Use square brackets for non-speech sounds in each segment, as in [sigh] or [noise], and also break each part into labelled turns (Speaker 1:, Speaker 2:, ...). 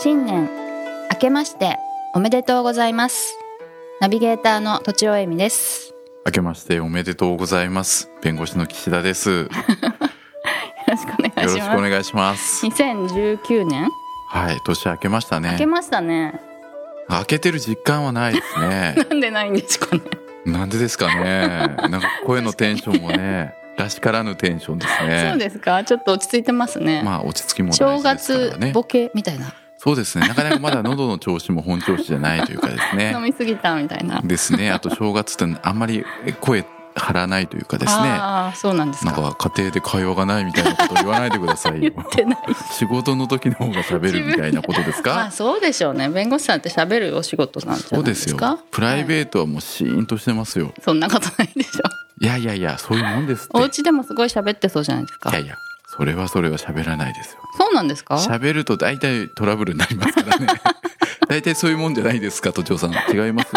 Speaker 1: 新年明けましておめでとうございますナビゲーターのとちおえみです
Speaker 2: 明けましておめでとうございます。弁護士の岸田です。よ
Speaker 1: よろしくお願
Speaker 2: ろ
Speaker 1: いし
Speaker 2: しくお
Speaker 1: ます
Speaker 2: 願いします。
Speaker 1: 2019年
Speaker 2: はい、年明けました
Speaker 1: 明
Speaker 2: ね
Speaker 1: け。ましたね。
Speaker 2: 明けてる実感はないですね
Speaker 1: [laughs] なんでないんですかね
Speaker 2: なんでですかね。なんか声のテンションもね、らしからぬテンションで
Speaker 1: [laughs]
Speaker 2: す
Speaker 1: そう
Speaker 2: ね。
Speaker 1: ですかちょっと落ち着いてますね、
Speaker 2: まあ落ち着きも大
Speaker 1: 正
Speaker 2: 事ですか
Speaker 1: 月
Speaker 2: らね。
Speaker 1: ボケみたいな、
Speaker 2: そうですね。なかなかまだ喉の調子も本調子じゃないというかです
Speaker 1: [laughs] 飲
Speaker 2: ね。
Speaker 1: みすぎたみたいな
Speaker 2: ですね。あと正月ってあんまり声張らないというかですね。
Speaker 1: ああそうなんです
Speaker 2: な
Speaker 1: か
Speaker 2: んか家庭で会話がないみたいなこと言わないでください
Speaker 1: 言 [laughs]
Speaker 2: よ。
Speaker 1: ってない
Speaker 2: 仕事の時の方が喋るみたいなことです
Speaker 1: まあ
Speaker 2: か
Speaker 1: そうでしょうね弁護士さんって喋るお仕事なんじゃ
Speaker 2: そ
Speaker 1: ないう
Speaker 2: で
Speaker 1: ですす
Speaker 2: よ
Speaker 1: か
Speaker 2: プライ
Speaker 1: ー
Speaker 2: ベートはもうシーンとしてますよ、
Speaker 1: トそんなことないでし [laughs] ょ
Speaker 2: い、やいやいやそういうもんですって
Speaker 1: お家でもすごい喋ってそうじゃないですか
Speaker 2: いやいやそれはそれは喋らないですよ
Speaker 1: そうなんですか
Speaker 2: 喋ると大体トラブルになります
Speaker 1: [laughs]
Speaker 2: からね大体そういうもんじゃないですか都庁さん違
Speaker 1: [laughs]
Speaker 2: います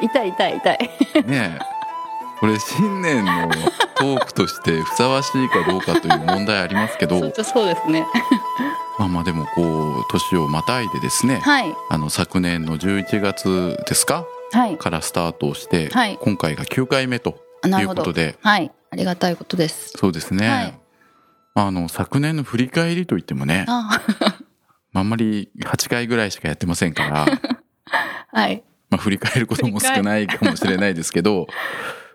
Speaker 1: 痛い痛い痛い
Speaker 2: ねえこれ新年のトークとしてふさわしいかどうかという問題ありますけ
Speaker 1: [laughs] そ
Speaker 2: ど
Speaker 1: うそうですね
Speaker 2: まあまあでもこう年をまたいでですね
Speaker 1: はい
Speaker 2: あの昨年の11月ですか
Speaker 1: はい
Speaker 2: からスタートをして、
Speaker 1: はい
Speaker 2: 今回が9回目と
Speaker 1: ないる
Speaker 2: う
Speaker 1: ほ
Speaker 2: こ
Speaker 1: ど
Speaker 2: とで
Speaker 1: はいありがたいことです
Speaker 2: そうですね、
Speaker 1: はい
Speaker 2: あの昨年の振り返りといってもね
Speaker 1: あ
Speaker 2: あんまり8回ぐらいしかやってませんから
Speaker 1: [laughs] はい
Speaker 2: まあ振り返ることも少ないかもしれないですけど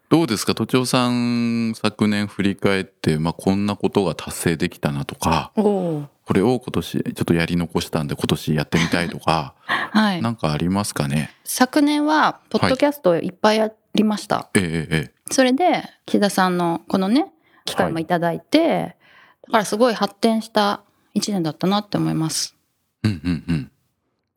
Speaker 2: どうですか都庁さん昨年振り返って、まあ、こんなことが達成できたなとか
Speaker 1: おお
Speaker 2: これを今年ちょっとやり残したんで今年やってみたいとか
Speaker 1: はい
Speaker 2: なんかありますかね
Speaker 1: 昨年はポッドキャストいっぱいやりました、
Speaker 2: えええ
Speaker 1: それで木田さんのこのね機会もいただいて、だからすごい発展した一年だったなって思います
Speaker 2: えうんうんうん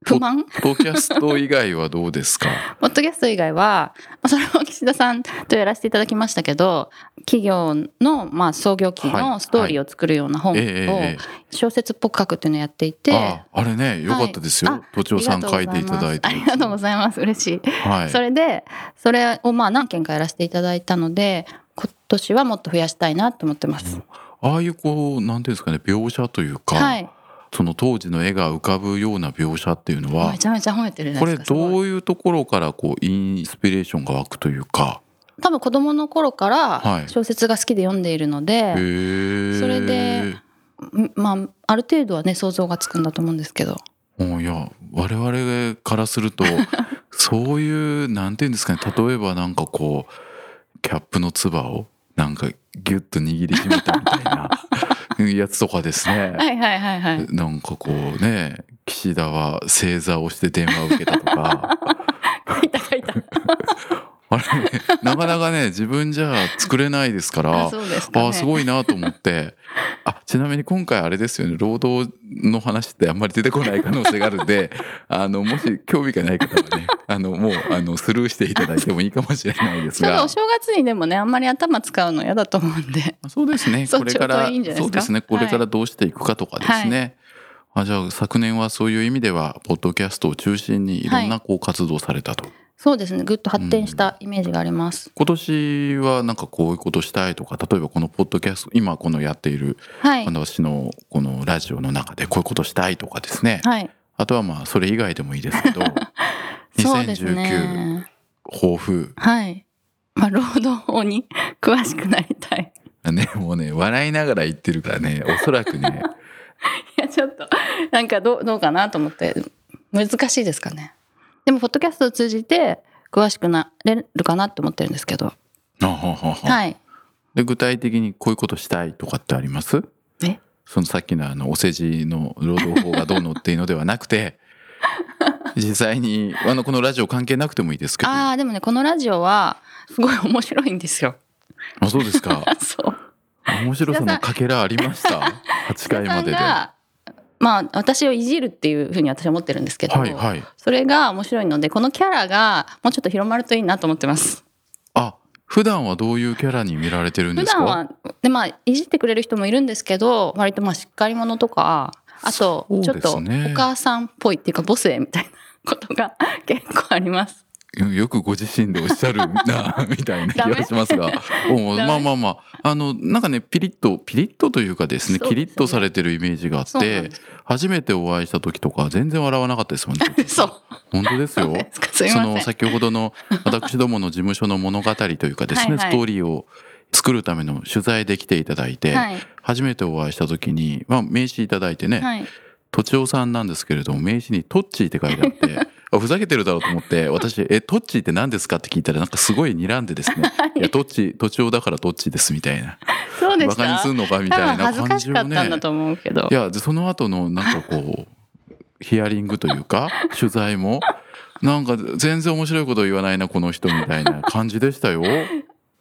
Speaker 1: 不満
Speaker 2: ポッドキャスト以外はどうですか
Speaker 1: [laughs] ポッドキャスト以外は、まあそれも岸田さんとやらせていただきましたけど、企業の、まあ、創業期
Speaker 2: は
Speaker 1: の
Speaker 2: い
Speaker 1: ストーリーを作るような本
Speaker 2: ええ
Speaker 1: を
Speaker 2: え
Speaker 1: 小説っぽく書くっていうのをやっていて、
Speaker 2: ああれねよかったですよ、
Speaker 1: はいあ
Speaker 2: 都庁さん書いていただいて
Speaker 1: ありがとうございます。嬉しい。
Speaker 2: はい
Speaker 1: それで、それをまあ何件かやらせていただいたので、今年はもっと増やしたいなと思ってます。
Speaker 2: ああいうこうなんていうんですかね描写というか、
Speaker 1: はい。
Speaker 2: その当時の絵が浮かぶような描写っていうのは
Speaker 1: めちゃめちゃ褒めてるじゃ
Speaker 2: こ
Speaker 1: ない
Speaker 2: れ
Speaker 1: ですか。すご
Speaker 2: ど
Speaker 1: いう
Speaker 2: いうところからこうインスピレーションが湧くというか
Speaker 1: 多分子供の頃か
Speaker 2: は
Speaker 1: ら
Speaker 2: い
Speaker 1: 小説が好きで読んでいるので、
Speaker 2: へえ
Speaker 1: それでうんまあ、ある程度はね、想像がつくんだと思うんですけど。
Speaker 2: もういや我々からするとそういうなんていうんですかね例えばなんかこうキャップのつばをなんかギュッと握りしめたみた
Speaker 1: [laughs]
Speaker 2: いなやつとかですね
Speaker 1: はいはいはいはい。
Speaker 2: なんかこうね岸田は正座をして電話を受けたと
Speaker 1: [laughs]
Speaker 2: か
Speaker 1: 書いた書いた。
Speaker 2: あれなかなかね自分じゃ作れないですから
Speaker 1: あ、そうですか、ね。
Speaker 2: ああすごいなと思ってあちなみに今回あれですよね労働の話ってあんまり出てこない可能性がある
Speaker 1: [laughs]
Speaker 2: んであのもし興味がない方はねあのもうあのスルーしていただいてもいいかもしれないです
Speaker 1: ちょうど
Speaker 2: が
Speaker 1: お。正月にでもね、あんまり頭使うの嫌だと思うんで。
Speaker 2: そうですね。
Speaker 1: そ
Speaker 2: こ
Speaker 1: う
Speaker 2: れから
Speaker 1: ちょうどいいんじゃないです
Speaker 2: そう
Speaker 1: か
Speaker 2: ですね。これからどうしていくかとかですね。あじゃあ昨年はそういう意味ではポッドキャストを中心にいろんなこう活動されたと。
Speaker 1: そうですね。ぐっと発展したイメージがあります。
Speaker 2: 今年はなんかこういうことしたいとか、例えばこのポッドキャスト今このやっている
Speaker 1: はい。
Speaker 2: 私のこのラジオの中でこういうことしたいとかですね。
Speaker 1: はい。
Speaker 2: あとはまあそれ以外でもいいですけど、
Speaker 1: そうです
Speaker 2: 2019
Speaker 1: ね。
Speaker 2: 抱負
Speaker 1: はい。まあ、労働法に [laughs] 詳しくなりたい。
Speaker 2: ねもうね笑いながら言ってるからね、おそらくね
Speaker 1: いや、ちょっと、なんかどう、どうかなと思って、難しいですかね。でも、ポッドキャストを通じて、詳しくなれるかなって思ってるんですけど。
Speaker 2: あははは
Speaker 1: はい。
Speaker 2: で具体的にこういうことしたいとかってあります
Speaker 1: え
Speaker 2: そのさっきのあのお世辞の労働法がどうのっていうのではなく
Speaker 1: [laughs]
Speaker 2: て実際にあのこのラジオ関係なくてもいいですけど
Speaker 1: あ
Speaker 2: あ
Speaker 1: あ、でもね、このラジオは、すごい面白いんですよ。
Speaker 2: そうですか
Speaker 1: そう。
Speaker 2: あ面白さのかけらありました8回まで
Speaker 1: [laughs]
Speaker 2: で。
Speaker 1: さん
Speaker 2: は
Speaker 1: がまあ私をいじるっていうふうに私は思ってるんですけ
Speaker 2: い
Speaker 1: ど、
Speaker 2: はい。
Speaker 1: それが面白いのでこのキャラがもうちょっと広まるといいなと思ってます。
Speaker 2: あ普段はどういうキャラに見られてるん
Speaker 1: 普
Speaker 2: ですか
Speaker 1: 段はでまあいじってくれる人もいるんですけど割とまあしっかり者とかあと
Speaker 2: そう
Speaker 1: ち
Speaker 2: です
Speaker 1: ょっ
Speaker 2: ね
Speaker 1: とお母さんっぽいっていうかボスへみたいなことが [laughs] 結構あります。
Speaker 2: よくご自身でおっしゃる
Speaker 1: [laughs]
Speaker 2: なみたいな気
Speaker 1: ダメ
Speaker 2: がしま
Speaker 1: [laughs]
Speaker 2: すがおう
Speaker 1: ダメ
Speaker 2: まあまあまああのなんかねピリッとピリッとというかですね
Speaker 1: そうです
Speaker 2: キ
Speaker 1: ね
Speaker 2: リッとされてるイメージがあっ
Speaker 1: そうなん
Speaker 2: て
Speaker 1: です
Speaker 2: 初めてお会いした時とか全然笑わなかったですもんね
Speaker 1: そう
Speaker 2: 本当です
Speaker 1: そう
Speaker 2: よ
Speaker 1: です [laughs] かすみ
Speaker 2: そ
Speaker 1: ま
Speaker 2: の
Speaker 1: せん。
Speaker 2: 先ほどの私どもの事務所の物語というかです
Speaker 1: は
Speaker 2: ね
Speaker 1: いはい
Speaker 2: ストーリーを作るための取材で来ていただいて、
Speaker 1: はい
Speaker 2: 初めてお会いした時に、まあ、名刺いただいてね、
Speaker 1: はい
Speaker 2: とちおさんなんですけれども名刺に「トッチー」って書いてあ
Speaker 1: [laughs]
Speaker 2: ってあふざけてるだろうと思って私「えトッチーって何ですか?」って聞いたらなんかすごい睨んでです
Speaker 1: [laughs]
Speaker 2: ね「いやトッチーとちおだからトッチーです」みたいな
Speaker 1: そうで
Speaker 2: バ
Speaker 1: した。
Speaker 2: カにすんのかみ
Speaker 1: 多
Speaker 2: たい
Speaker 1: 分
Speaker 2: な
Speaker 1: 恥ず
Speaker 2: 感
Speaker 1: か
Speaker 2: じ
Speaker 1: しか
Speaker 2: を
Speaker 1: ったん
Speaker 2: ね
Speaker 1: だと思うけど
Speaker 2: い。やでその後のなんかこう [laughs] ヒアリングという
Speaker 1: [laughs]
Speaker 2: か取材もなんか全然面白いこと言わないなこの人みたいな感じでしたよ。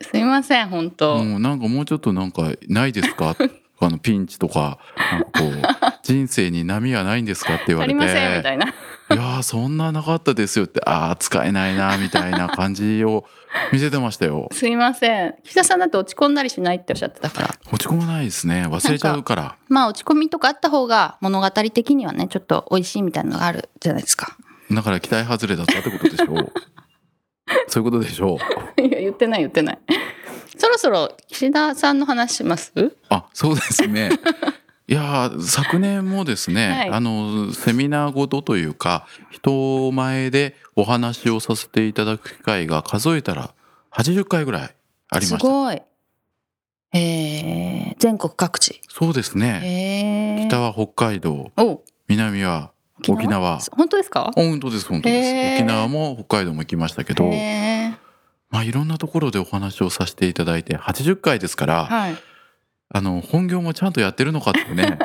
Speaker 1: すみません本当。
Speaker 2: うん、なんかもうちょっとなんかないで
Speaker 1: [laughs]
Speaker 2: すかあのピンチとかなんかこう人生に波はないんですかって言わ
Speaker 1: あ
Speaker 2: れて
Speaker 1: りませんみたいな。 [laughs]
Speaker 2: いやーそんななかったですよってああ使えないなみたいな感じを見せてましたよ
Speaker 1: すいません岸田さんだって落ち込んだりしないっておっしゃってたから
Speaker 2: 落ち込まないですね忘れちゃうから
Speaker 1: まあ落ち込みとかあった方が物語的にはねちょっと美味しいみたいなのがあるじゃないですか
Speaker 2: だから期待外れだったってことでし
Speaker 1: [laughs]
Speaker 2: ょうそういうことでしょう
Speaker 1: いや言ってない言ってない [laughs] そろそろ岸田さんの話します
Speaker 2: あそうですね [laughs] いやー昨年もですね、
Speaker 1: はい
Speaker 2: あのセミナーごとというか人前でお話をさせていただく機会が数えたら80回ぐらいあり
Speaker 1: す
Speaker 2: ました
Speaker 1: ごいえー、全国各地
Speaker 2: そうですね、
Speaker 1: え
Speaker 2: 北
Speaker 1: ー、
Speaker 2: は北海道
Speaker 1: お
Speaker 2: 南は沖縄
Speaker 1: 本当ですか
Speaker 2: あ本当です本当です、
Speaker 1: へー
Speaker 2: 沖縄も北海道も行きましたけど、
Speaker 1: えー、
Speaker 2: まあ、いろんなところでお話をさせていただいて80回ですから、
Speaker 1: はい
Speaker 2: あの本業もちゃんとやってるのかって
Speaker 1: [laughs]
Speaker 2: ね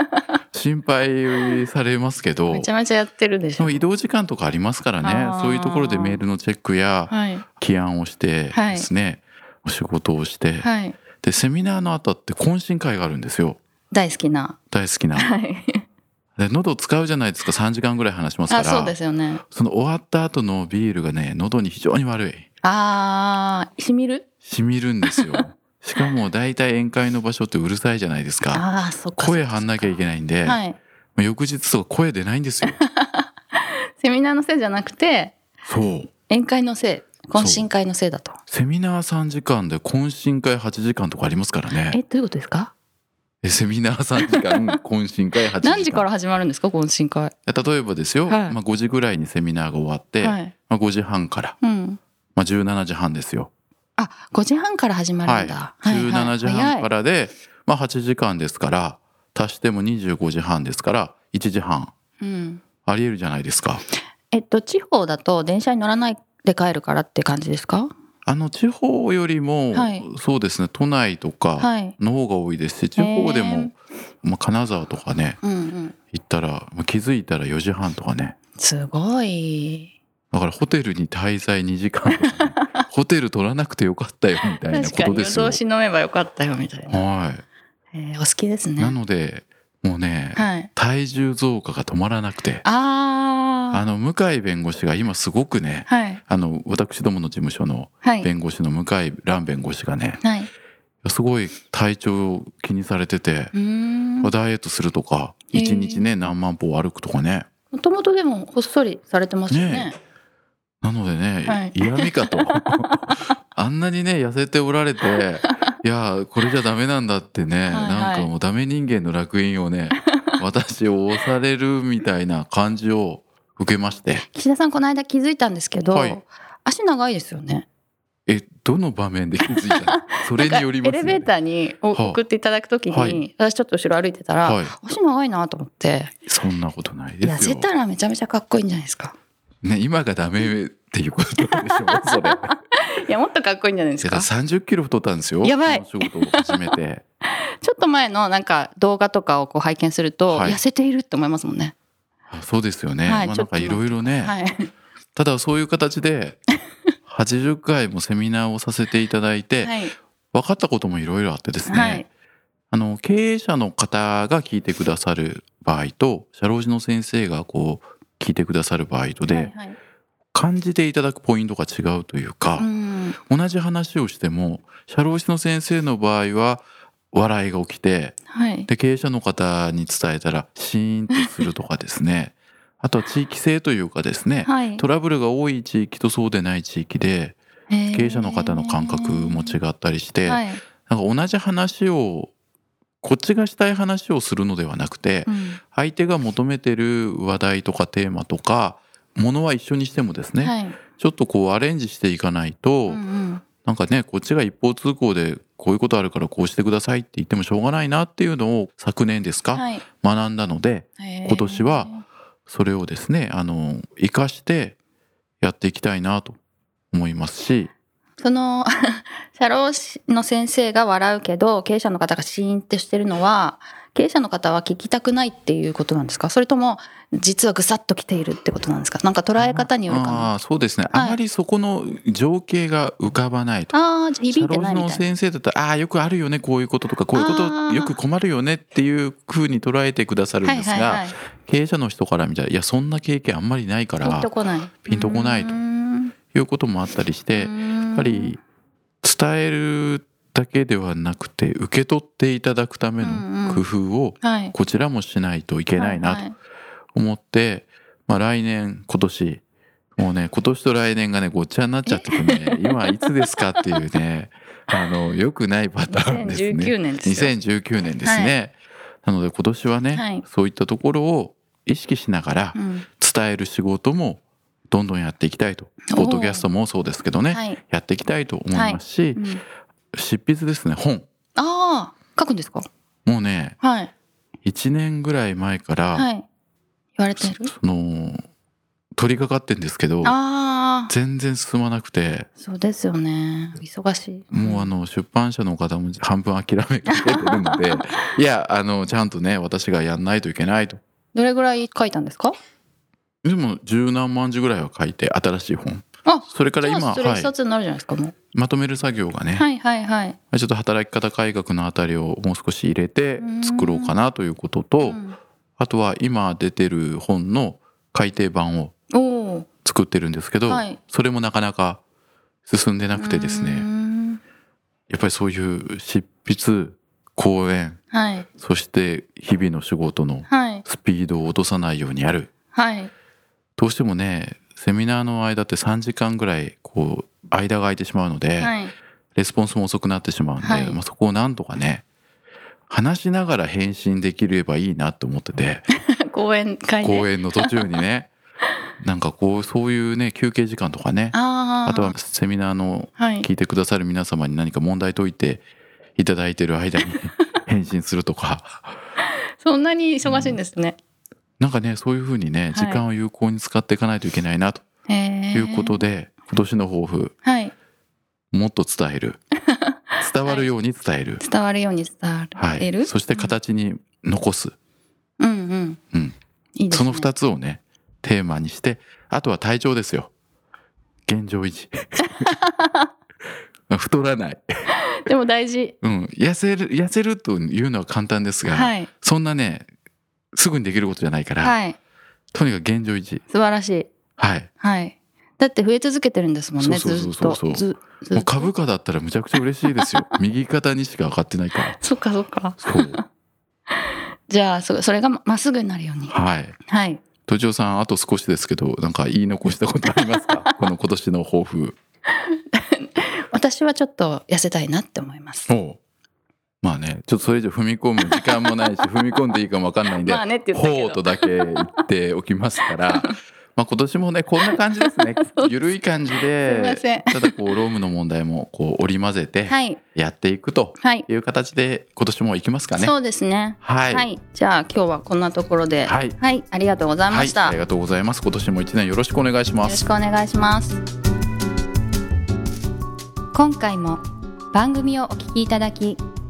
Speaker 2: 心配されますけど
Speaker 1: めちゃめちゃやってるでし
Speaker 2: そ
Speaker 1: ょ
Speaker 2: の移動時間とかありますから
Speaker 1: あ
Speaker 2: ね
Speaker 1: ー
Speaker 2: そういうところでメールのチェックや
Speaker 1: はい
Speaker 2: 起案をして
Speaker 1: はい
Speaker 2: ですね、お仕事をして、
Speaker 1: はい
Speaker 2: でセミナーの後って懇親会があるんですよ
Speaker 1: 大好きな
Speaker 2: 大好きな。
Speaker 1: はい
Speaker 2: で喉使うじゃないですか3時間ぐらい話しますか
Speaker 1: あそうで
Speaker 2: ら
Speaker 1: すよね
Speaker 2: その終わった後のビールがね喉に非常に悪い。
Speaker 1: あーしみる
Speaker 2: 染みるんですよ
Speaker 1: [laughs]
Speaker 2: しかも大体宴会の場所ってうるさいじゃないですか
Speaker 1: ああーそっか
Speaker 2: 声張んなきゃいけないんで、
Speaker 1: はい
Speaker 2: まあ翌日とか声出ないんですよ
Speaker 1: セミナーのせいじゃなくて
Speaker 2: そう
Speaker 1: 宴会のせい懇親会のせいだと
Speaker 2: セミナー3時間で懇親会8時間とかありますから
Speaker 1: え
Speaker 2: ね
Speaker 1: どういうことですか
Speaker 2: えセミナー3時間
Speaker 1: [laughs]
Speaker 2: 懇親会8時間
Speaker 1: 何時から始まるんですか懇親会
Speaker 2: 例えばですよ、
Speaker 1: はい
Speaker 2: まあ、5時ぐらいにセミナーが終わって、
Speaker 1: はい
Speaker 2: まあ、5時半から、
Speaker 1: うん
Speaker 2: まあ、17時半ですよ、
Speaker 1: あ5時半から始まるんだ、はいはい
Speaker 2: 17時半
Speaker 1: 早
Speaker 2: か
Speaker 1: い
Speaker 2: らで、まあ、8時間ですから足しても25時半ですから1時半
Speaker 1: うん
Speaker 2: ありえるじゃないですか
Speaker 1: えっと地方だと電車に乗らないで帰るからって感じですか
Speaker 2: あの地方よりも、
Speaker 1: はい
Speaker 2: そうですね都内とか
Speaker 1: はい
Speaker 2: の方が多いですし、地方で
Speaker 1: へ
Speaker 2: も
Speaker 1: ー、
Speaker 2: まあ、金沢とかね
Speaker 1: うんうん
Speaker 2: 行ったら、まあ、気づいたら4時半とかね
Speaker 1: すごい
Speaker 2: だからホテルに滞在2時間とか、
Speaker 1: [laughs]
Speaker 2: ね、ホテル取らなくてよかったよみたいな
Speaker 1: 確
Speaker 2: こ
Speaker 1: か
Speaker 2: と
Speaker 1: に
Speaker 2: で
Speaker 1: 夜
Speaker 2: すよ
Speaker 1: 通。し飲めばよかったよみたいな、
Speaker 2: は
Speaker 1: えーお好きです
Speaker 2: い、な
Speaker 1: ね
Speaker 2: のでもうね、
Speaker 1: はい
Speaker 2: 体重増加が止まらなくてあ
Speaker 1: ああ
Speaker 2: の向井弁護士が今すごくね
Speaker 1: はい
Speaker 2: あの私どもの事務所の
Speaker 1: はい
Speaker 2: 弁護士の向井蘭弁護士がね
Speaker 1: はい
Speaker 2: すごい体調を気にされてて。
Speaker 1: うーん
Speaker 2: ダイエットするとか
Speaker 1: へー
Speaker 2: 一日ね何万歩歩くとかね
Speaker 1: もともとでもほっそりされてますよね
Speaker 2: ねなのでね、
Speaker 1: はい
Speaker 2: 嫌味
Speaker 1: [laughs]
Speaker 2: かとあんなにね痩せておら
Speaker 1: [laughs]
Speaker 2: れていやこれじゃダメなんだってね
Speaker 1: いはい
Speaker 2: なんかもうダメ人間の楽園をね
Speaker 1: [laughs]
Speaker 2: 私を押されるみたいな感じを受けまして
Speaker 1: 岸田さんこの間気づいたんですけど、
Speaker 2: はい
Speaker 1: 足長いですよね
Speaker 2: えどの場面で気づい
Speaker 1: [laughs]
Speaker 2: たのそれによります、ね、
Speaker 1: エレベーターにお
Speaker 2: はあ
Speaker 1: 送っていただくときに、
Speaker 2: はい
Speaker 1: 私ちょっと後ろ歩いてたら、
Speaker 2: はい
Speaker 1: 足長いなと思って
Speaker 2: そんなことないで
Speaker 1: 痩
Speaker 2: すよ
Speaker 1: せたらめちゃめちゃかっこいいんじゃないですか
Speaker 2: ね今がダメっていうことでしょ
Speaker 1: [laughs]
Speaker 2: それ
Speaker 1: いやもっとかっこいいんじゃないですかち
Speaker 2: 3 0キロ太ったんですよ
Speaker 1: やばい
Speaker 2: この仕事を始めて
Speaker 1: ょっと前のなんか動画とかをこう拝見すると、
Speaker 2: はい
Speaker 1: 痩せているって思いますもんね
Speaker 2: あそうですよね、
Speaker 1: はい
Speaker 2: まあ、
Speaker 1: ち
Speaker 2: な
Speaker 1: ょ
Speaker 2: ん
Speaker 1: っ
Speaker 2: か
Speaker 1: と
Speaker 2: いろいろね、
Speaker 1: はい
Speaker 2: ただそういう形で80回もセミナーをさせていただいて、
Speaker 1: はい
Speaker 2: 分かったこともいろいろあってですね、
Speaker 1: はい
Speaker 2: あの経営者の方が聞いてくださる場合と社労士の先生がこう聞いてくださる場合とで、
Speaker 1: はいはい
Speaker 2: 感じていただくポイントが違うという
Speaker 1: う
Speaker 2: か、
Speaker 1: ん
Speaker 2: 同じ話をしても社労士の先生の場合は笑いが起きて
Speaker 1: はい
Speaker 2: で経営者の方に伝えたらシーンとするとかですねあとは地域性というかですね、
Speaker 1: はい
Speaker 2: トラブルが多い地域とそうでない地域で経営者の方の感覚も違ったりして、
Speaker 1: はい
Speaker 2: なんか同じ話をこっちがしたい話をするのではなくて、
Speaker 1: うん
Speaker 2: 相手が求めてる話題とかテーマとかものは一緒にしてもですね、
Speaker 1: はい
Speaker 2: ちょっとこうアレンジしていかないと、
Speaker 1: うんうん
Speaker 2: なんかねこっちが一方通行でこういうことあるからこうしてくださいって言ってもしょうがないなっていうのを昨年ですか、
Speaker 1: はい
Speaker 2: 学んだので
Speaker 1: 今
Speaker 2: 今年はそれをですねあの生かしてやっていきたいなと思いますし
Speaker 1: その [laughs] 社労士の先生が笑うけど経営者の方がシーンってしてるのは経営者の方は聞きたくないっていうことなんですかそれとも実はぐさっと来ているってことなんですかなんか捉え方によるかな
Speaker 2: あーそうですね、
Speaker 1: はい
Speaker 2: あまりそこの情景が浮かばないと。
Speaker 1: ああーじゃあ響
Speaker 2: 社
Speaker 1: いて
Speaker 2: 労
Speaker 1: な
Speaker 2: 士
Speaker 1: いみた
Speaker 2: の
Speaker 1: いな
Speaker 2: 先生だったら「ああーよくあるよねこういうこと」とか「こういうこ
Speaker 1: あ
Speaker 2: と
Speaker 1: ー
Speaker 2: よく困るよね」っていう風に捉えてくださるんですが、
Speaker 1: はいはいはい
Speaker 2: 経営者の人から見たら「いやそんな経験あんまりないから」
Speaker 1: ピンとこない
Speaker 2: ピンとこないと
Speaker 1: うーん
Speaker 2: いうこともあったりして、やっぱり伝えるだけではなくて受け取っていただくため
Speaker 1: うんう
Speaker 2: の
Speaker 1: ん
Speaker 2: 工夫を
Speaker 1: はい
Speaker 2: こちらもしないといけないな
Speaker 1: は
Speaker 2: と
Speaker 1: い
Speaker 2: 思って、まあ、来年今年もうね今年と来年がねごっちゃになっちゃって
Speaker 1: [laughs]
Speaker 2: てね今いつですかっていうねあのよくないパターンですね。
Speaker 1: 2019年ですよ
Speaker 2: 2019年ですね、なので今年はね、
Speaker 1: はい
Speaker 2: そういったところを意識しながら
Speaker 1: うん
Speaker 2: 伝える仕事もどんどんやっていきたいと
Speaker 1: おー
Speaker 2: ポッドキャストもそうですけどね、
Speaker 1: はい
Speaker 2: やっていきたいと思いますし、
Speaker 1: うん
Speaker 2: 執筆ですね本
Speaker 1: ああ書くんですか
Speaker 2: もうね
Speaker 1: はい
Speaker 2: 1年ぐらい前から、
Speaker 1: はい言われてる
Speaker 2: その取り掛かってんですけど
Speaker 1: ああ
Speaker 2: 全然進まなくて
Speaker 1: そうですよね忙しい
Speaker 2: もうあの出版社の方も半分諦めかけてるの
Speaker 1: [laughs]
Speaker 2: でいやあのちゃんとね私がやんないといけないと。
Speaker 1: どれぐらい書いたんですか
Speaker 2: でも十何万字ぐらいは書いて新しい本
Speaker 1: あ
Speaker 2: それから
Speaker 1: じゃ
Speaker 2: 今、
Speaker 1: あそれ
Speaker 2: は
Speaker 1: 一
Speaker 2: い、
Speaker 1: 冊になるじゃないですか、も
Speaker 2: まとめる作業が
Speaker 1: う
Speaker 2: ね、
Speaker 1: はいはいはい、
Speaker 2: ちょっと働き方改革のあたりをもう少し入れて
Speaker 1: うん
Speaker 2: 作ろうかなということと、
Speaker 1: うん
Speaker 2: あとは今出てる本の改訂版を
Speaker 1: おお
Speaker 2: 作ってるんですけど、
Speaker 1: はい
Speaker 2: それもなかなか進んでなくてです
Speaker 1: うー
Speaker 2: ね
Speaker 1: ん
Speaker 2: やっぱりそういう執筆講演
Speaker 1: はい
Speaker 2: そして日々の仕事の
Speaker 1: はい
Speaker 2: スピードを落とさないようにやる
Speaker 1: はい
Speaker 2: どうしてもねセミナーの間って3時間ぐらいこう間が空いてしまうので、
Speaker 1: はい [laughs]
Speaker 2: レスポンスも遅くなってしまうんで、
Speaker 1: はい
Speaker 2: まあ、そこをなんとかね話しながら返信できればいいなと思ってて。
Speaker 1: 講演会で
Speaker 2: 公演の途中に
Speaker 1: [laughs]
Speaker 2: ねなんかこうそういうね休憩時間とかね
Speaker 1: ああ
Speaker 2: あとはセミナーの
Speaker 1: はい
Speaker 2: 聞いてくださる皆様に何か問題解いていただいてる間に [laughs] 返信するとか
Speaker 1: そんなに忙しいんですね、
Speaker 2: なんかねそういうふうにね
Speaker 1: い
Speaker 2: 時間を有効に使っていかないといけないなと
Speaker 1: へえ
Speaker 2: いうことで、今年の抱負
Speaker 1: はい
Speaker 2: もっと伝
Speaker 1: [laughs]
Speaker 2: える伝わるように伝える、
Speaker 1: 伝わるように伝
Speaker 2: は
Speaker 1: わ
Speaker 2: い
Speaker 1: れる、
Speaker 2: そして形に残す、
Speaker 1: うんうん
Speaker 2: うん
Speaker 1: いいですね
Speaker 2: その2つをねテーマにしてあとは体調ですよ現
Speaker 1: [laughs]
Speaker 2: 状維持太らない、
Speaker 1: でも大事
Speaker 2: うん、痩せる痩せるというのは簡単ですが、
Speaker 1: はい
Speaker 2: そんなねすぐにできることじゃないから、
Speaker 1: はい
Speaker 2: とにかく現状維持
Speaker 1: 素晴らしい
Speaker 2: はい
Speaker 1: はいだって増え続けてるんですもんね
Speaker 2: そう
Speaker 1: ず
Speaker 2: そう
Speaker 1: っ
Speaker 2: そう
Speaker 1: と
Speaker 2: そう
Speaker 1: ずず
Speaker 2: もう
Speaker 1: っと
Speaker 2: 株価だったらむちゃくちゃ嬉しいで
Speaker 1: [laughs]
Speaker 2: すよ右肩にしか上がってないから
Speaker 1: そっかそっか
Speaker 2: そう
Speaker 1: じゃあそそれがままっすぐになるように
Speaker 2: はい
Speaker 1: はい
Speaker 2: 都庁さんあと少しですけどなんか言い残したことありま
Speaker 1: [laughs]
Speaker 2: すかこの今年の抱負
Speaker 1: 私はちょっと痩せたいなって思います。
Speaker 2: おうまあねちょっとそれ以上踏み込む時間
Speaker 1: [laughs]
Speaker 2: もないし踏み込んでいいかもわかんないんで
Speaker 1: まあねって言ったけ
Speaker 2: ほ
Speaker 1: ど
Speaker 2: うとだけ言っておきますから、まあ今年もね、こんな感じです
Speaker 1: [laughs]
Speaker 2: ね。ゆるい感じ
Speaker 1: すいま
Speaker 2: で、
Speaker 1: せん。
Speaker 2: ただこう、ロームの問題もこう織り交ぜて、
Speaker 1: はい
Speaker 2: やっていくと
Speaker 1: はい、
Speaker 2: いう形で、今年もいきますかね。
Speaker 1: そうですね。
Speaker 2: は。
Speaker 1: はいい、じゃあ今日はこんなところで、
Speaker 2: は
Speaker 1: はいい、ありがとうございま
Speaker 2: はい
Speaker 1: し、た。
Speaker 2: ありがとうございます。今年も一年よろしくお願いしま
Speaker 1: よろ
Speaker 2: す
Speaker 1: し。くお願いします。今回も番組をお聞きいただき